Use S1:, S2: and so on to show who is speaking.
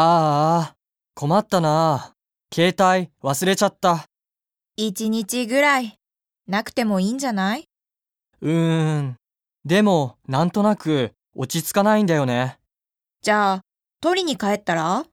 S1: ああ、困ったな。携帯忘れちゃった。
S2: 一日ぐらい、なくてもいいんじゃないう
S1: ーん。でも、なんとなく落ち着かないんだよね。
S2: じゃあ、取りに帰ったら